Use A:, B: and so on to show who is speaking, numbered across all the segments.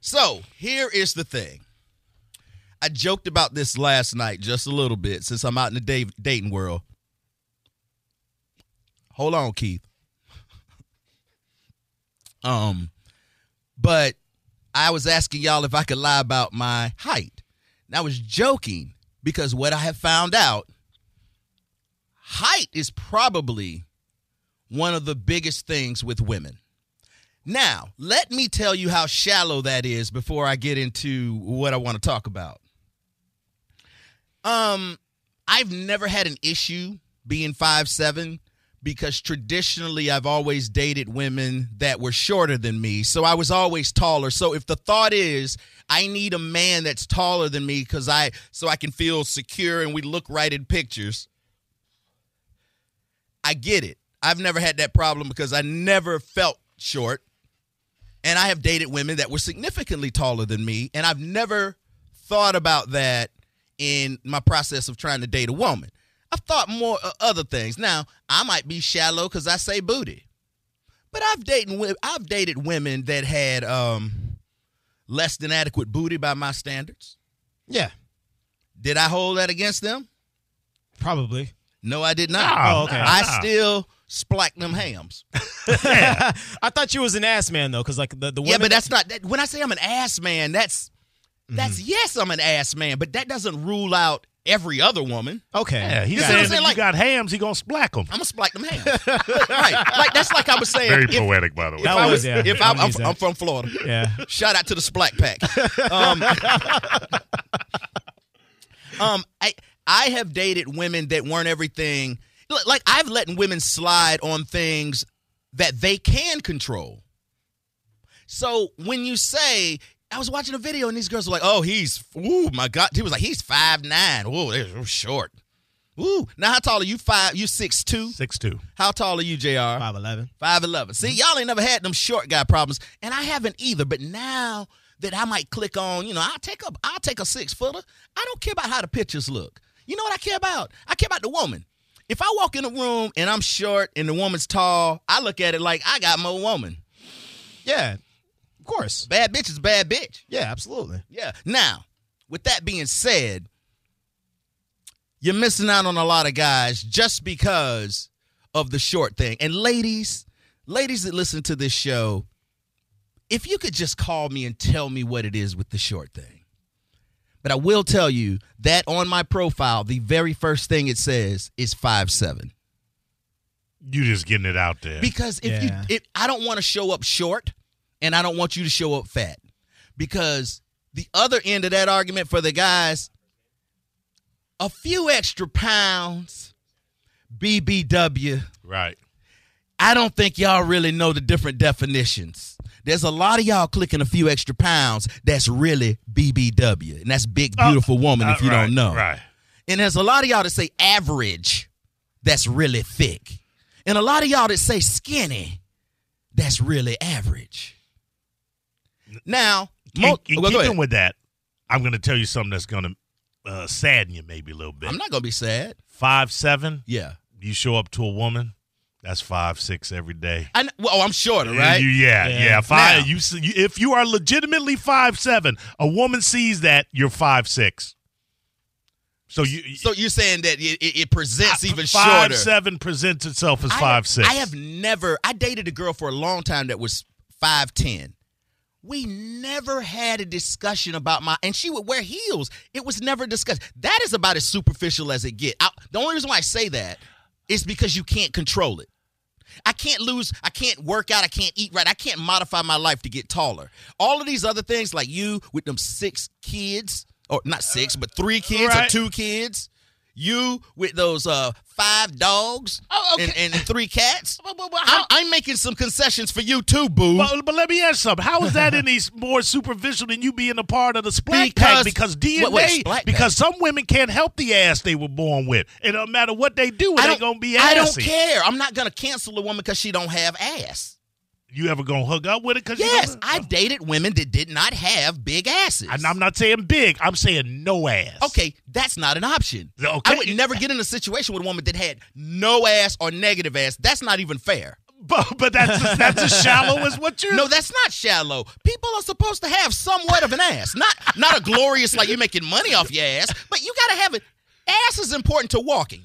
A: So here is the thing. I joked about this last night just a little bit since I'm out in the Dave, dating world. Hold on, Keith. um, but I was asking y'all if I could lie about my height. And I was joking because what I have found out height is probably one of the biggest things with women. Now, let me tell you how shallow that is before I get into what I want to talk about. Um, I've never had an issue being five seven because traditionally I've always dated women that were shorter than me. So I was always taller. So if the thought is I need a man that's taller than me cuz I so I can feel secure and we look right in pictures, I get it. I've never had that problem because I never felt short. And I have dated women that were significantly taller than me. And I've never thought about that in my process of trying to date a woman. I've thought more of other things. Now, I might be shallow because I say booty. But I've dated wo- I've dated women that had um, less than adequate booty by my standards.
B: Yeah,
A: Did I hold that against them?
B: probably.
A: No, I did not.
C: No, Oh, okay.
A: I
C: nah.
A: still splack them hams.
B: I thought you was an ass man though, because like the the
A: Yeah,
B: women
A: but that's not that, when I say I'm an ass man. That's that's yes, I'm an ass man, but that doesn't rule out every other woman.
B: okay.
C: Yeah, he's
A: You see what I'm
C: saying
A: saying?
C: if
A: Like-
C: you got hams, he gonna splack them.
A: I'm gonna splack them hands. right, like that's like I was saying.
C: Very
A: if-
C: poetic, by the way.
A: if
B: That
A: I
B: was-
A: was,
B: yeah,
A: if
B: I
A: I,
B: would
A: I'm,
B: use that.
A: I'm from Florida.
B: yeah.
A: Shout out to the Splack Pack. Um, um, I I have dated women that weren't everything. Look, Like I've let women slide on things that they can control. So when you say, I was watching a video and these girls were like, "Oh, he's ooh my god," he was like, "He's five nine. Ooh, they're short. Ooh, now how tall are you? Five? You six two?
C: Six two.
A: How tall are you, Jr.?
B: Five eleven.
A: Five eleven. See, y'all ain't never had them short guy problems, and I haven't either. But now that I might click on, you know, I'll take a I'll take a six footer. I don't care about how the pictures look. You know what I care about? I care about the woman. If I walk in a room and I'm short and the woman's tall, I look at it like I got more woman.
B: Yeah, of course.
A: Bad bitch is bad bitch.
B: Yeah, absolutely.
A: Yeah. Now, with that being said, you're missing out on a lot of guys just because of the short thing. And ladies, ladies that listen to this show, if you could just call me and tell me what it is with the short thing. But I will tell you that on my profile, the very first thing it says is five seven.
C: You just getting it out there.
A: Because if
B: Yeah.
A: you, if I don't want to show up short, and I don't want you to show up fat, because the other end of that argument for the guys, a few extra pounds, BBW.
C: right.
A: I don't think y'all really know the different definitions. There's a lot of y'all clicking a few extra pounds. That's really BBW, and that's big beautiful woman.
C: Uh,
A: if you
C: right,
A: don't know,
C: Right.
A: and there's a lot of y'all that say average, that's really thick. And a lot of y'all that say skinny, that's really average. Now, mo-
C: in, in
A: well, go
C: keeping
A: ahead.
C: with that, I'm going to tell you something that's going to uh, sadden you maybe a little bit.
A: I'm not going to be sad.
C: five seven,
A: Yeah.
C: you show up to a woman, that's five six every day.
A: I, kn- well, oh, I'm shorter, right?
C: You, yeah,
B: Yeah.
C: yeah, Five.
A: Now-
C: You, see- you if you are legitimately five seven, a woman sees that you're five six. So you
A: so you're saying that it, it, it presents even
C: five
A: shorter.
C: seven presents itself as
A: I-
C: five six.
A: I have never. I dated a girl for a long time that was five ten. We never had a discussion about my, and she would wear heels. It was never discussed. That is about as superficial as it get. I, the only reason why I say that is because you can't control it. I can't lose. I can't work out. I can't eat right. I can't modify my life to get taller. All of these other things, like you with them six kids, or not six, but three kids or
C: Right.
A: two kids. You with those uh, five dogs
C: Oh,
A: and, and three cats. I'm, I'm making some concessions for you too, boo.
C: But, but let me ask something. How is that any more superficial than you being a part of the splat
A: Because-
C: pack? Because DNA,
A: wait, wait, splat pack.
C: because some women can't help the ass they were born with. It don't matter what they do, it
A: I
C: ain't
A: don't,
C: gonna be assy.
A: I don't care. I'm not gonna cancel a woman because she don't have ass.
C: You ever gonna hook up with it? Because
A: Yes, I've dated women that did not have big asses.
C: And I'm not saying big. I'm saying no ass.
A: Okay, that's not an option.
C: Okay.
A: I would never get in a situation with a woman that had no ass or negative ass. That's not even fair.
C: But, but that's as- that's as shallow as what you're.
A: No, that's not shallow. People are supposed to have somewhat of an ass. Not not a glorious like you're making money off your ass, but you gotta have it. Ass is important to walking.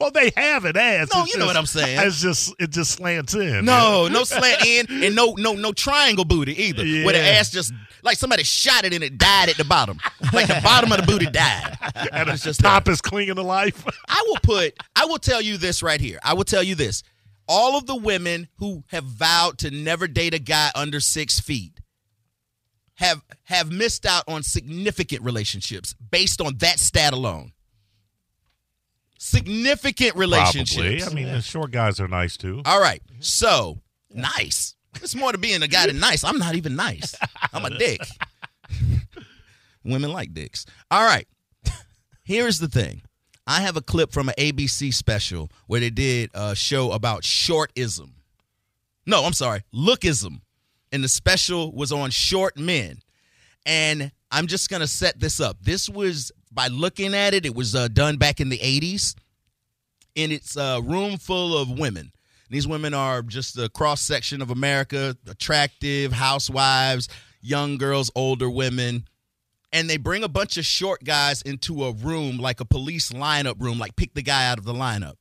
C: well, they have an ass.
A: No,
C: It's
A: you know
C: just-
A: what I'm saying.
C: It's just it just slants in.
A: No, no slant in and no no no triangle booty either. Where the
C: Yeah.
A: ass just like somebody shot it and it died at the bottom. Like the bottom of the booty died.
C: and
A: It's
C: the
A: just
C: top is clinging to life.
A: I will put, I will tell you this right here. I will tell you this. All of the women who have vowed to never date a guy under six feet have have missed out on significant relationships based on that stat alone. Significant relationships.
C: Probably. I mean, the short guys are nice too.
A: All right. So nice. It's more to being a guy than nice. I'm not even nice. I'm a dick. Women like dicks. All right. Here's the thing. I have a clip from an ABC special where they did a show about shortism. No, I'm sorry, lookism. And the special was on short men. And I'm just going to set this up. This was, by looking at it, it was uh, done back in the 80s and it's a room full of women. These women are just a cross section of America, attractive housewives, young girls, older women. And they bring a bunch of short guys into a room, like a police lineup room, like pick the guy out of the lineup.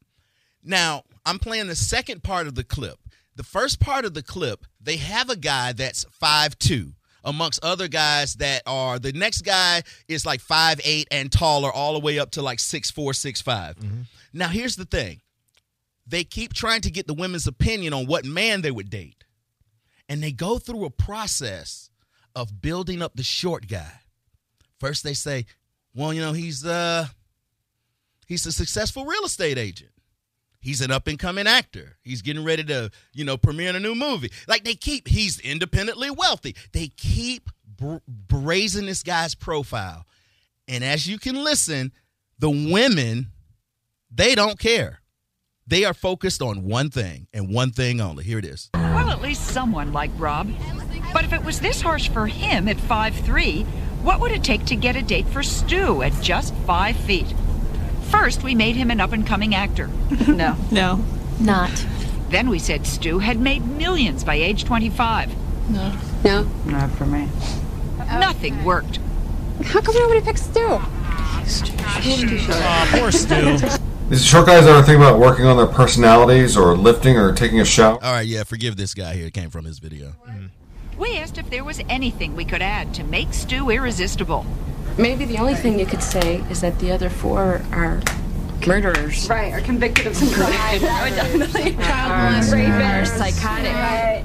A: Now, I'm playing the second part of the clip. The first part of the clip, they have a guy that's 5'2, amongst other guys that are the next guy is like 5'8 and taller, all the way up to like 6'4, 6'5. Now, here's the thing they keep trying to get the women's opinion on what man they would date. And they go through a process of building up the short guy. First, they say, well, you know, he's uh he's a successful real estate agent. He's an up and coming actor. He's getting ready to, you know, premiere in a new movie. Like they keep, he's independently wealthy. They keep br- brazen this guy's profile. And as you can listen, the women, they don't care. They are focused on one thing and one thing only. Here it is.
D: Well, at least someone like Rob. But if it was this harsh for him at 5'3, what would it take to get a date for Stu at just 5 feet? First, we made him an up and coming actor. no.
E: No.
F: Not.
D: Then we said Stu had made millions by age 25.
F: No.
D: Not for me. Nothing worked.
F: How come nobody picks Stu?
B: Uh, poor Stu.
G: These short guys ever think about working on their personalities or lifting or taking a shower?
A: All right, yeah, forgive this guy here. It came from his video.
D: We asked if there was anything we could add to make Stu irresistible.
H: Maybe the only thing you could say is that the other four are murderers.
I: Right, are convicted of some crime. Right, definitely. Child
H: Are psychotic.
I: Right.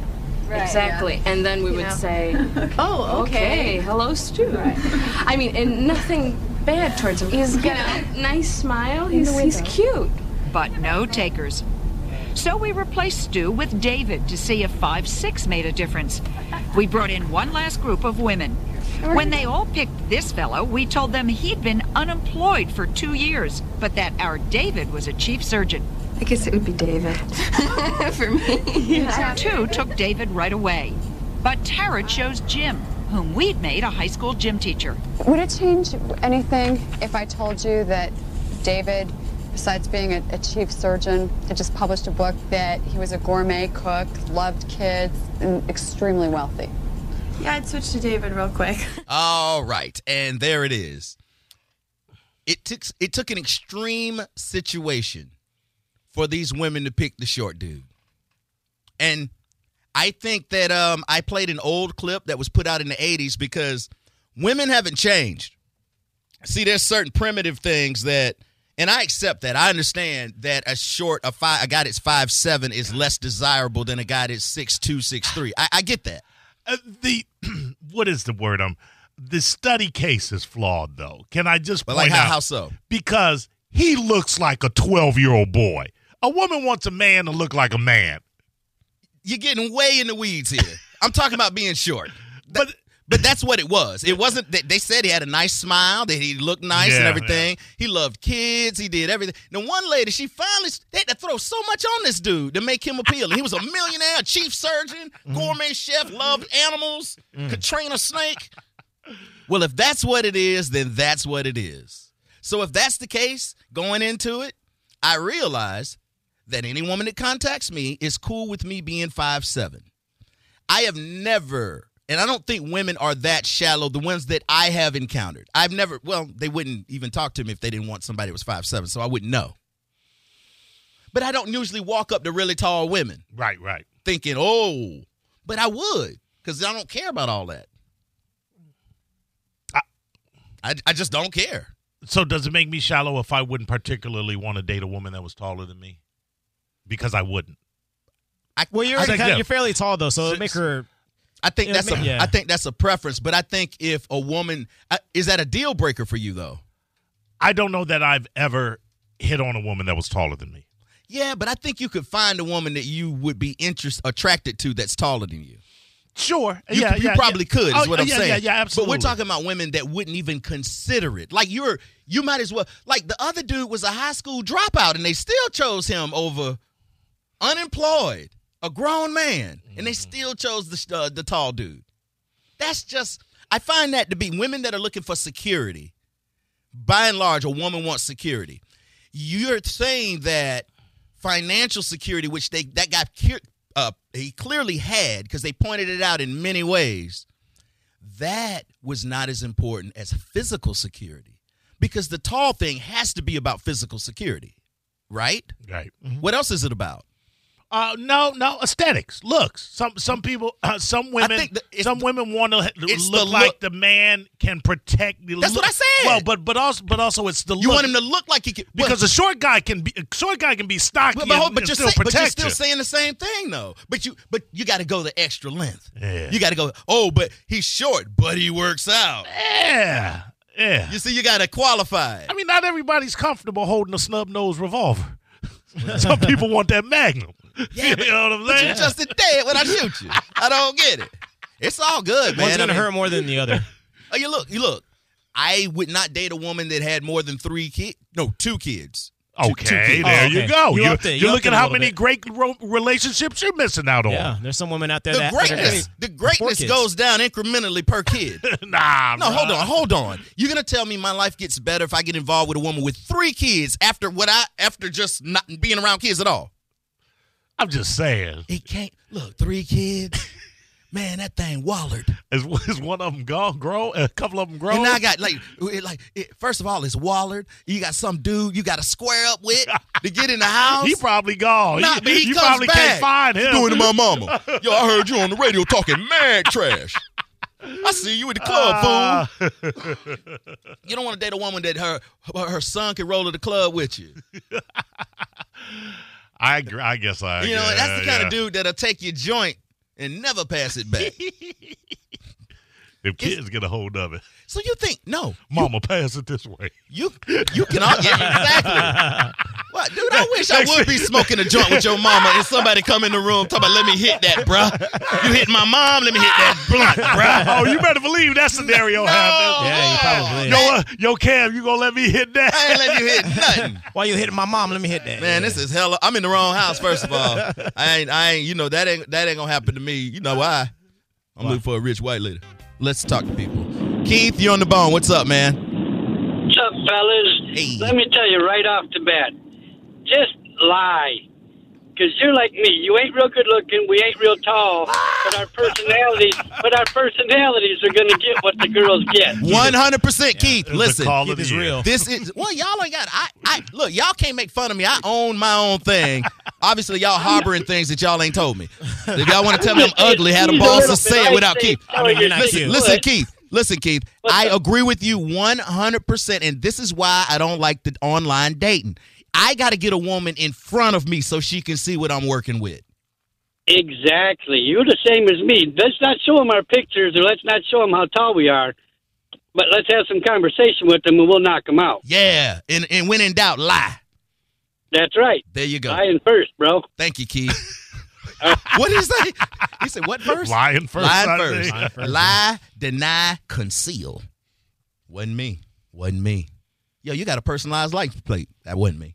H: Exactly. And then we would say, oh, okay, hello, Stu. I mean, and nothing bad towards him. He's got a nice smile. He's, he's cute.
D: but no takers. So we replaced Stu with David to see if 5'6 made a difference. We brought in one last group of women. When they all picked this fellow, we told them he'd been unemployed for two years, but that our David was a chief surgeon.
F: I guess it would be David. For me.
D: Two took David right away. But Tara chose Jim, whom we'd made a high school gym teacher.
J: Would it change anything if I told you that David, besides being a, a chief surgeon, had just published a book that he was a gourmet cook, loved kids, and extremely wealthy?
E: Yeah, I'd switch to David real quick.
A: All right, and there it is. It took it took an extreme situation for these women to pick the short dude. And I think that um I played an old clip that was put out in the 80s because women haven't changed. See, there's certain primitive things that and I accept that. I understand that a short a five a guy that's five seven is less desirable than a guy that's six two, six three. I, I get that.
C: Uh, the what is the word? Um, the study case is flawed though. Can I just
A: But
C: point
A: like how,
C: out
A: how so?
C: because he looks like a twelve year old boy. A woman wants a man to look like a man.
A: you're getting way in the weeds here. I'm talking about being short. That-
C: But-
A: but that's what it was. It wasn't that they said he had a nice smile, that he looked nice and
C: Yeah,
A: everything. He loved kids. He did everything. Then one lady, she finally they had to throw so much on this dude to make him appealing. He was a millionaire, a chief surgeon,
C: Mm-hmm.
A: gourmet chef, loved animals,
C: Mm.
A: could train a snake. Well, if that's what it is, then that's what it is. So if that's the case going into it, I realized that any woman that contacts me is cool with me being five seven. I have never, and I don't think women are that shallow, the ones that I have encountered. I've never, well, they wouldn't even talk to me if they didn't want somebody that was five seven, so I wouldn't know. But I don't usually walk up to really tall women.
C: Right, right.
A: Thinking, oh, but I would, because I don't care about all that. I, I just don't care.
C: So does it make me shallow if I wouldn't particularly want to date a woman that was taller than me? Because I wouldn't.
A: I,
B: well, you're
C: I
B: already
C: think
B: kinda,
C: no.
B: you're fairly tall though, so it'd make her.
A: I think
B: Yeah,
A: that's a,
B: ma- yeah.
A: I think that's a preference, but I think if a woman I- is that a deal breaker for you though?
C: I don't know that I've ever hit on a woman that was taller than me.
A: Yeah, but I think you could find a woman that you would be interest attracted to that's taller than you.
C: Sure.
A: You,
C: yeah,
A: you
C: yeah,
A: probably
C: yeah.
A: could. Is
C: Oh,
A: what I'm
C: yeah,
A: saying.
C: Yeah, yeah, absolutely.
A: But we're talking about women that wouldn't even consider it. Like you're, you might as well. Like the other dude was a high school dropout, and they still chose him over unemployed, a grown man, and they
C: Mm-hmm.
A: still chose the sh- uh, the tall dude. That's just. I find that to be women that are looking for security. By and large, a woman wants security. You're saying that financial security, which they that guy clear- uh, he clearly had because they pointed it out in many ways that was not as important as physical security because the tall thing has to be about physical security, right?
C: Right.
A: What else is it about?
C: Uh, no, no, aesthetics, looks. Some some people, uh, some women,
A: think that it's
C: some women want to look
A: it's the
C: like
A: look.
C: the man can protect. The
A: That's what
C: look.
A: I said.
C: Well, but but also but also it's the
A: You
C: look.
A: want him to look like he can well,
C: because a short guy can be a short guy can be stocky
A: but, but, hold-
C: and,
A: but
C: and
A: you're
C: still
A: saying, but you're
C: protect
A: still
C: you.
A: saying the same thing though. But you but you got to go the extra length.
C: Yeah.
A: You got to go. Oh, but he's short, but he works out.
C: yeah, yeah.
A: You see, you got to qualify. it.
C: I mean, not everybody's comfortable holding a snub nosed revolver. some people want that magnum. you know what I'm
A: But you
C: saying?
A: just a dead when I shoot you. I don't get it. It's all good, man.
B: One's gonna
A: I mean-
B: hurt more than the other.
A: Oh, you look, you look. I would not date a woman that had more than three kids. No, two kids. Two- two
C: Okay,
A: kids.
C: there
B: Oh,
C: you
B: okay.
C: go.
B: You
C: You are
B: upped it. You
C: you're
B: upped
C: looking
B: it a
C: how
B: little
C: many
B: bit.
C: great ro- relationships you're missing out on.
B: Yeah, there's some women out there
A: The
B: that that are
A: greatness,
B: great.
A: the
B: Four
A: greatness
B: kids.
A: goes down incrementally per kid.
C: Nah,
A: No,
C: bruh.
A: hold on, hold on. You're gonna tell me my life gets better if I get involved with a woman with three kids after what I after just not being around kids at all.
C: I'm just saying.
A: It can't look three kids. Man, that thing wallered.
C: Is, is one of them gone, grow? A couple of them grow?
A: And now I got like, it- like it, first of all, it's Wallard. You got some dude you got to square up with to get in the house.
C: he probably gone.
A: Nah,
C: You-
A: but he
C: you
A: comes
C: probably
A: back.
C: can't find him.
A: doing to my mama. Yo, I heard you on the radio talking mad trash. I see you at the club,
C: Uh,
A: fool. You don't want to date a woman that her her her son can roll to the club with you.
C: I, agree- I guess I.
A: You know,
C: yeah,
A: that's the kind
C: yeah.
A: of dude that'll take your joint and never pass it back.
C: If kids get a hold of it,
A: so you think no,
C: mama pass it this way.
A: you you can all yeah, exactly. What, dude? I wish I would be smoking a joint with your mama and somebody come in the room talking about let me hit that, bruh. You hit my mom, let me hit that blunt, bruh.
C: oh, you better believe that scenario happened.
B: Yeah, you probably.
C: Yo, uh, yo, Cam, you gonna let me hit that?
A: Oh, I ain't letting you hit nothing.
B: Why you hitting my mom? Let me hit that.
A: Man, this is hella. I'm in the wrong house. First of all, I ain't. I ain't. You know that ain't. That ain't gonna happen to me. You know why? I'm looking for a rich white lady. Let's talk to people. Keith, you on the bone. What's up, man?
K: What's up, fellas?
A: Hey.
K: Let me tell you right off the bat, just lie. Cause you're like me. You ain't real good looking. We ain't real tall. But our personalities, but our personalities are gonna get what the girls get.
A: 100 percent, Keith.
C: It was the
A: Listen,
C: call
B: Keith
C: of the
B: is
C: year.
B: real.
A: this is well. Y'all ain't got. I. I look. Y'all can't make fun of me. I own my own thing. Obviously, y'all harboring things that y'all ain't told me. If y'all want to tell me I'm ugly, had a
K: He's
A: boss
K: little
A: to say
K: bit
A: it without
K: icy.
A: Keith.
K: Oh,
B: mean, you're not
A: listen,
B: cute.
A: listen,
K: But-
A: Keith. Listen, Keith.
K: What's
A: I
K: up?
A: agree with you 100%. And this is why I don't like the online dating. I got to get a woman in front of me so she can see what I'm working with.
K: Exactly. You're the same as me. Let's not show them our pictures, or let's not show them how tall we are. But let's have some conversation with them, and we'll knock them out.
A: Yeah. And, and when in doubt, lie.
K: That's right.
A: There you go.
K: Lying first, bro.
A: Thank you, Keith. what did he say? He said, what first?
C: Lying first. I
A: Lie
C: think.
A: first. Lie, deny, conceal. Wasn't me. Wasn't me. Yo, you got a personalized license plate. That wasn't me.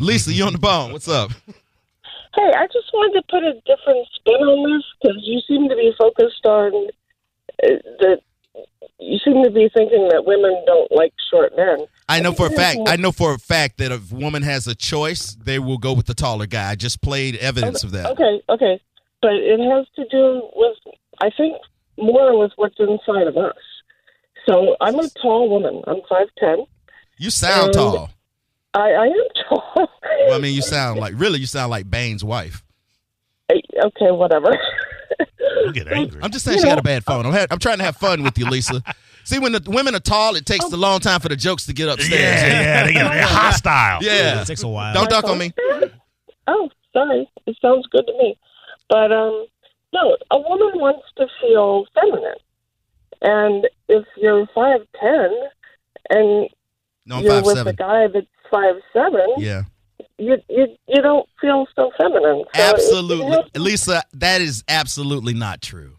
A: Lisa, you on the phone. What's up?
I: Hey, I just wanted to put a different spin on this because you seem to be focused on uh, that you
L: seem to be thinking that women don't like short men.
A: I know for a fact. I know for a fact that if a woman has a choice, they will go with the taller guy. I just played evidence of that.
L: Okay, okay, but it has to do with I think more with what's inside of us. So I'm a tall woman. I'm five ten.
A: You sound
L: And-
A: tall.
L: I, I am tall.
A: Well, I mean, you sound like really. You sound like Bane's wife.
L: okay, whatever.
A: I'm just saying she got a bad phone. I'm, ha- I'm trying to have fun with you, Lisa. See, when the women are tall, it takes a long time for the jokes to get upstairs.
C: Yeah, yeah, they get- they're hostile.
A: Yeah,
C: It takes a while.
A: Don't duck on me.
L: Oh, sorry. It sounds good to me. But um no, a woman wants to feel feminine. And if you're five ten and
A: No, I'm
L: you're with
A: 5'7".
L: a guy that's five seven,
A: Yeah.
L: you you you don't feel so feminine. So it-
A: Absolutely, Lisa. That is absolutely not true.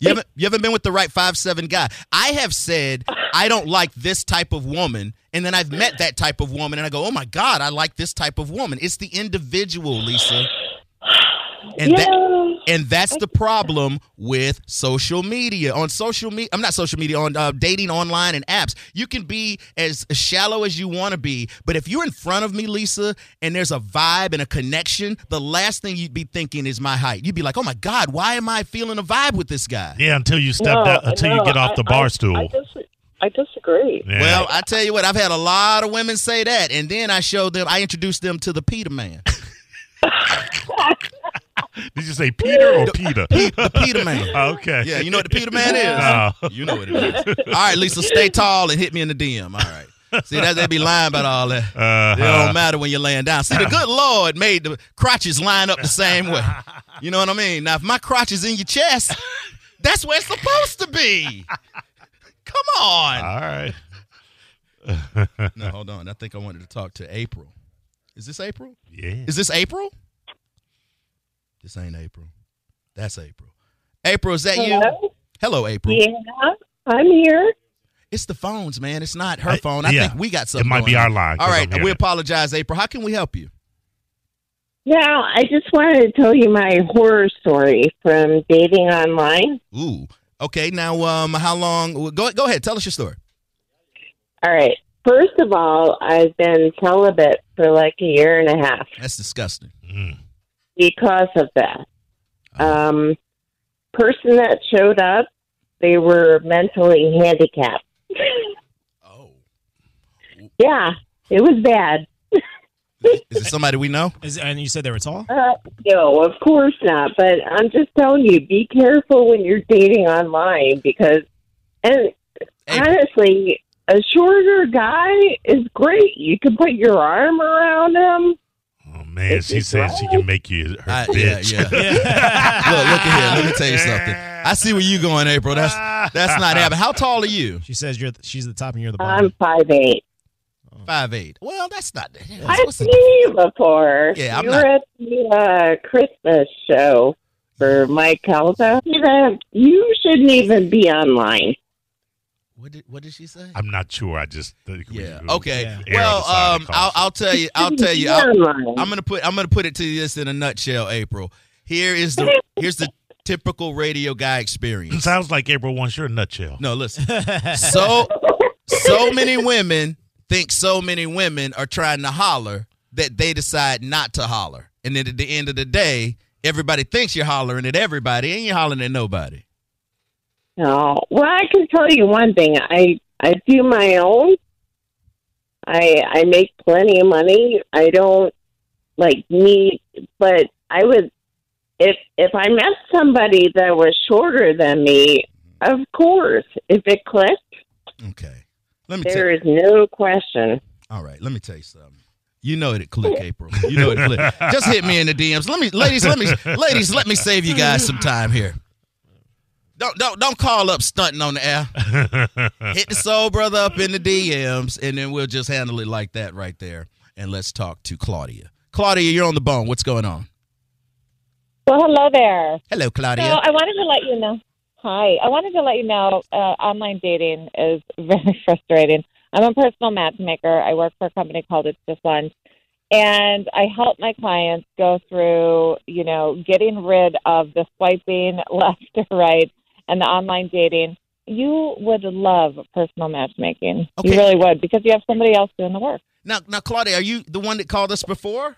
A: You haven't you haven't been with the right five seven guy. I have said I don't like this type of woman, and then I've met that type of woman, and I go, oh my god, I like this type of woman. It's the individual, Lisa. And that and that's the problem with social media. On social media, I'm not social media on uh, dating online and apps. You can be as shallow as you want to be, but if you're in front of me, Lisa, and there's a vibe and a connection, the last thing you'd be thinking is my height. You'd be like, "Oh my god, why am I feeling a vibe with this guy?"
C: Yeah, until you step
L: No,
C: down, until
L: no,
C: you get off
L: I-
C: the
L: I-
C: bar
L: I
C: stool.
L: dis- I disagree.
A: Well, I tell you what, I've had a lot of women say that, and then I showed them, I introduced them to the Peter Man.
C: Did you say Peter or
A: The-
C: Peter?
A: Pe- the Peter Man.
C: okay.
A: Yeah, you know what the Peter Man is?
C: Oh.
A: You know what it is. All right, Lisa, stay tall and hit me in the DM. All right. See, that, they be lying about all that. It
C: Uh-huh.
A: don't matter when you're laying down. See, the good Lord made the crotches line up the same way. You know what I mean? Now, if my crotch is in your chest, that's where it's supposed to be. Come on.
C: All right.
A: no, hold on. I think I wanted to talk to April. Is this April?
C: Yeah.
A: Is this April? This ain't April. That's April. April, is that you?
L: Hello?
A: Hello, April.
L: Yeah, I'm here.
A: It's the phones, man. It's not her phone. I
C: yeah.
A: think we got
C: It
A: something.
C: might be
A: going
C: our
A: on.
C: line, 'cause
A: All
C: I'm
A: right,
C: hearing
A: we
C: it.
A: apologize, April. How can we help you?
L: Now, I just wanted to tell you my horror story from dating online.
A: Ooh. Okay. Now, um, how long? well, Go go ahead. Tell us your story.
L: All right. First of all, I've been celibate for like a year and a half
A: That's disgusting.
L: because of that. Um, person that showed up, they were mentally handicapped. oh. Yeah, it was bad.
A: Is it somebody we know?
B: Is, and you said they were tall.
L: Uh, no, of course not. But I'm just telling you, be careful when you're dating online because, and honestly, a shorter guy is great. You can put your arm around him.
C: Oh, Man, she says she can make you her
A: I- Uh, yeah,
C: bitch.
A: yeah. Look, look at here. Let me tell you something. I see where you going, April. That's that's not happening. How tall are you?
B: She says you're the, she's the top and you're the bottom.
L: I'm five eight.
A: Five eight. Well, that's not. that's-
L: I've seen you before.
A: Yeah, I'm
L: you
A: not-
L: were at the uh, Christmas show for Mike Calza. You know, You shouldn't even be online.
A: What did what did she say?
C: I'm not sure. I just think we-
A: Yeah.
C: we-
A: Okay.
C: err on
A: Well,
C: the side of
A: um, I'll, I'll tell you. I'll tell you. i I'm gonna put. I'm gonna put it to you this in a nutshell. April. Here is the. Here's the typical radio guy experience.
C: caution. sounds like April wants your nutshell.
A: No, listen. So so many women think so many women are trying to holler that they decide not to holler, and then at the end of the day, everybody thinks you're hollering at everybody, and you're hollering at nobody.
L: No. Well, I can tell you one thing. I I do my own. I I make plenty of money. I don't like need, but I would if if I met somebody that was shorter than me, of course, if it clicked,
A: Let me tell
L: there is no question.
A: All right, let me tell you something. You know it click, April. You know it click. Just hit me in the DMs. Let me, ladies, let me, ladies, let me save you guys some time here. Don't don't don't call up stunting on the air. Hit the soul brother up in the DMs, and then we'll just handle it like that right there. And let's talk to Claudia. Claudia, you're on the bone. What's going on?
M: Well, hello there.
A: Hello, Claudia.
L: uh,
M: So I wanted to let you know. Hi, I wanted to let you know uh, online dating is very frustrating. I'm a personal matchmaker. I work for a company called It's Just Lunch, and I help my clients go through, you know, getting rid of the swiping left to right and the online dating
L: you would love personal matchmaking. You really would because you have somebody else doing the work.
A: Now, now, Claudia, are you the one that called us before?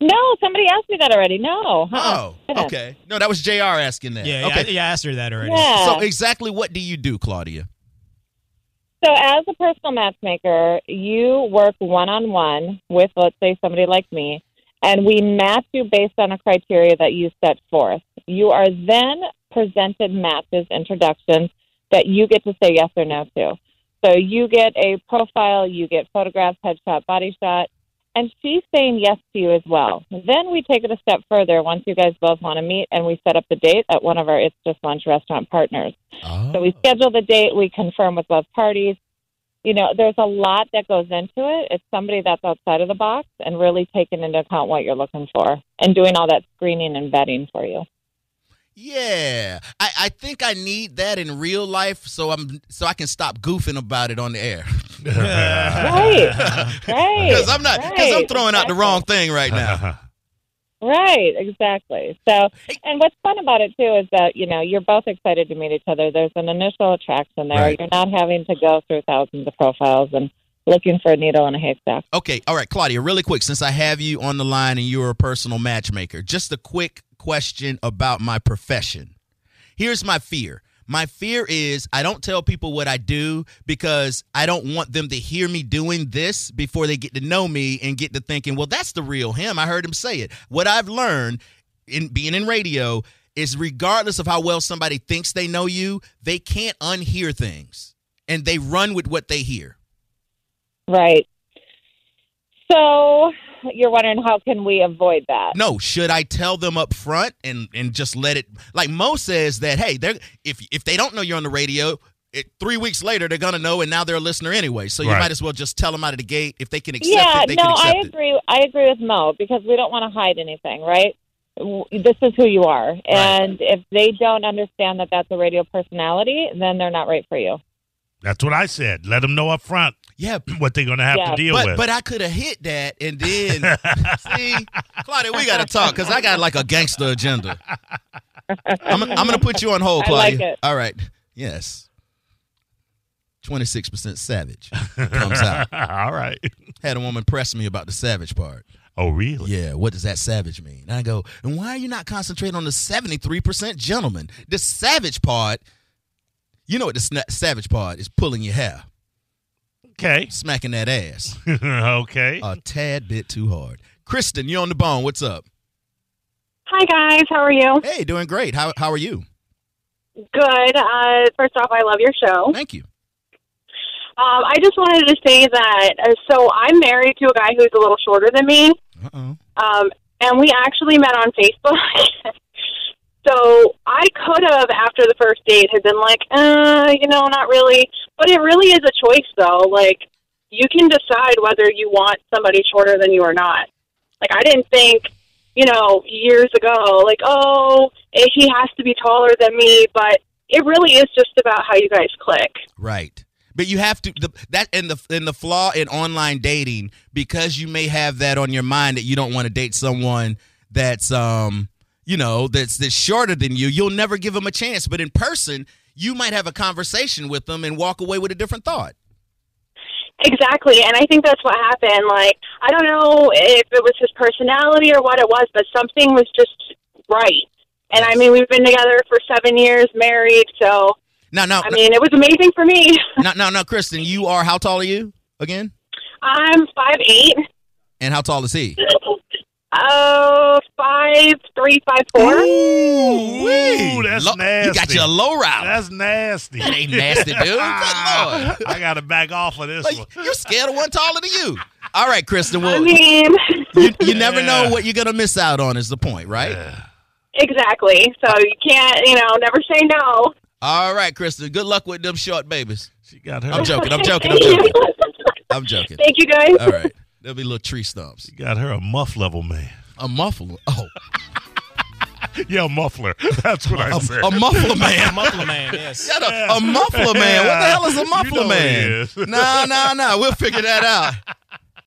L: No, somebody asked me that already. No.
A: Oh, okay. No, that was Jr. asking that.
B: Yeah, yeah,
A: okay.
B: I- yeah, I asked her that already.
L: Yeah.
A: So exactly what do you do, Claudia?
L: So, as a personal matchmaker, you work one on one with, let's say, somebody like me, and we match you based on a criteria that you set forth. You are then presented matches, introductions that you get to say yes or no to. So, you get a profile, you get photographs, headshot, body shot, and she's saying yes to you as well. Then we take it a step further once you guys both want to meet, and we set up the date at one of our It's Just Lunch restaurant partners. So
A: Oh.
L: we schedule the date, we confirm with both parties. You know, there's a lot that goes into it. It's somebody that's outside of the box and really taking into account what you're looking for and doing all that screening and vetting for you.
A: Yeah, I, I think I need that in real life, so I'm so I can stop goofing about it on the air.
L: right, right.
A: Because I'm not because I'm throwing out the wrong thing right now.
L: Right, exactly. So, and what's fun about it too is that you know you're both excited to meet each other. There's an initial attraction there.
A: Right.
L: You're not having to go through thousands of profiles and looking for a needle in a haystack.
A: Okay, all right, Claudia, really quick, since I have you on the line and you're a personal matchmaker, just a quick question about my profession. Here's my fear. My fear is I don't tell people what I do because I don't want them to hear me doing this before they get to know me and get to thinking, well, that's the real him. I heard him say it. What I've learned in being in radio is regardless of how well somebody thinks they know you, they can't unhear things and they run with what they hear.
L: Right. So you're wondering how can we avoid that?
A: No, should I tell them up front and and just let it like Mo says that hey, they are if if they don't know you're on the radio, it, three weeks later they're gonna know, and now they're a listener anyway. So you
C: Right.
A: might as well just tell them out of the gate if they can accept
L: yeah,
A: it. They
L: no,
A: can accept
L: I
A: it.
L: agree. I agree with Mo because we don't want to hide anything, right? W- This is who you are, and if they don't understand that that's a radio personality, then they're not right for you.
C: That's what I said. Let them know up front.
A: Yeah,
C: what they're gonna have to deal
A: but,
C: with.
A: But I could have hit that, and then see, Claudia, we gotta talk because I got like a gangster agenda. I'm, I'm gonna put you on hold,
L: I like
A: Claudia.
L: it.
A: All right, yes. 26% savage comes out.
C: All right.
A: Had a woman press me about the savage part.
C: Oh, really?
A: Yeah, what does that savage mean? And I go, and why are you not concentrating on the 73% gentleman? The savage part, you know what the sna- savage part is pulling your hair.
C: Okay.
A: Smacking that ass.
C: okay.
A: A tad bit too hard. Kristen, you're on the bone. What's up?
N: Hi guys, how are you?
A: Hey, doing great. How, how are you?
N: Good. Uh, first off, I love your
L: Oh.
N: show.
A: Thank you.
N: Um, I just wanted to say that uh, so I'm married to a guy who's a little shorter than me. Um, and we actually met on Facebook. so I could have, after the first date, had been like, uh, you know, not really. But it really is a choice, though. Like, you can decide whether you want somebody shorter than you or not. Like, I didn't think, you know, years ago, like, oh, eh, he has to be taller than me. But it really is just about how you guys click.
A: Right. But you have to the, that and the and the flaw in online dating because you may have that on your mind that you don't want to date someone that's um you know that's that's shorter than you. You'll never give them a chance. But in person, you might have a conversation with them and walk away with a different thought.
N: Exactly, and I think that's what happened. Like, I don't know if it was his personality or what it was, but something was just right. And I mean, we've been together for seven years, married, so
A: No, no.
N: I mean, it was amazing for me.
A: No, no, no, Kristen. You are how tall are you again?
N: I'm five eight,
A: And how tall is he?
N: oh, five three, five four.
C: Ooh, that's
A: Lo-
C: nasty.
A: You got your low rider.
C: That's nasty. Ah,
A: That ain't nasty, dude. Good lord.
C: I gotta back off of this one.
A: You're scared of one taller than you. All right, Kristen. Well,
N: I mean,
A: you, you never know
C: Yeah.
A: what you're gonna miss out on. Is the point, right?
N: exactly. So you can't, you know, never say no.
A: All right, Kristen. Good luck with them short babies.
C: She got her.
A: I'm joking. I'm joking. I'm joking. I'm joking.
N: Thank you, guys.
A: All right. There'll be little tree stumps.
C: She got her a muff level man.
A: A muffler. Oh,
C: Yeah, muffler. That's what I
A: a,
C: said.
A: a muffler man.
B: Muffler Oh, man, yes.
A: Shut up. A muffler man. What the hell is a
C: You know
A: muffler
C: it
A: man?
C: is.
A: No, no, no. We'll figure that out.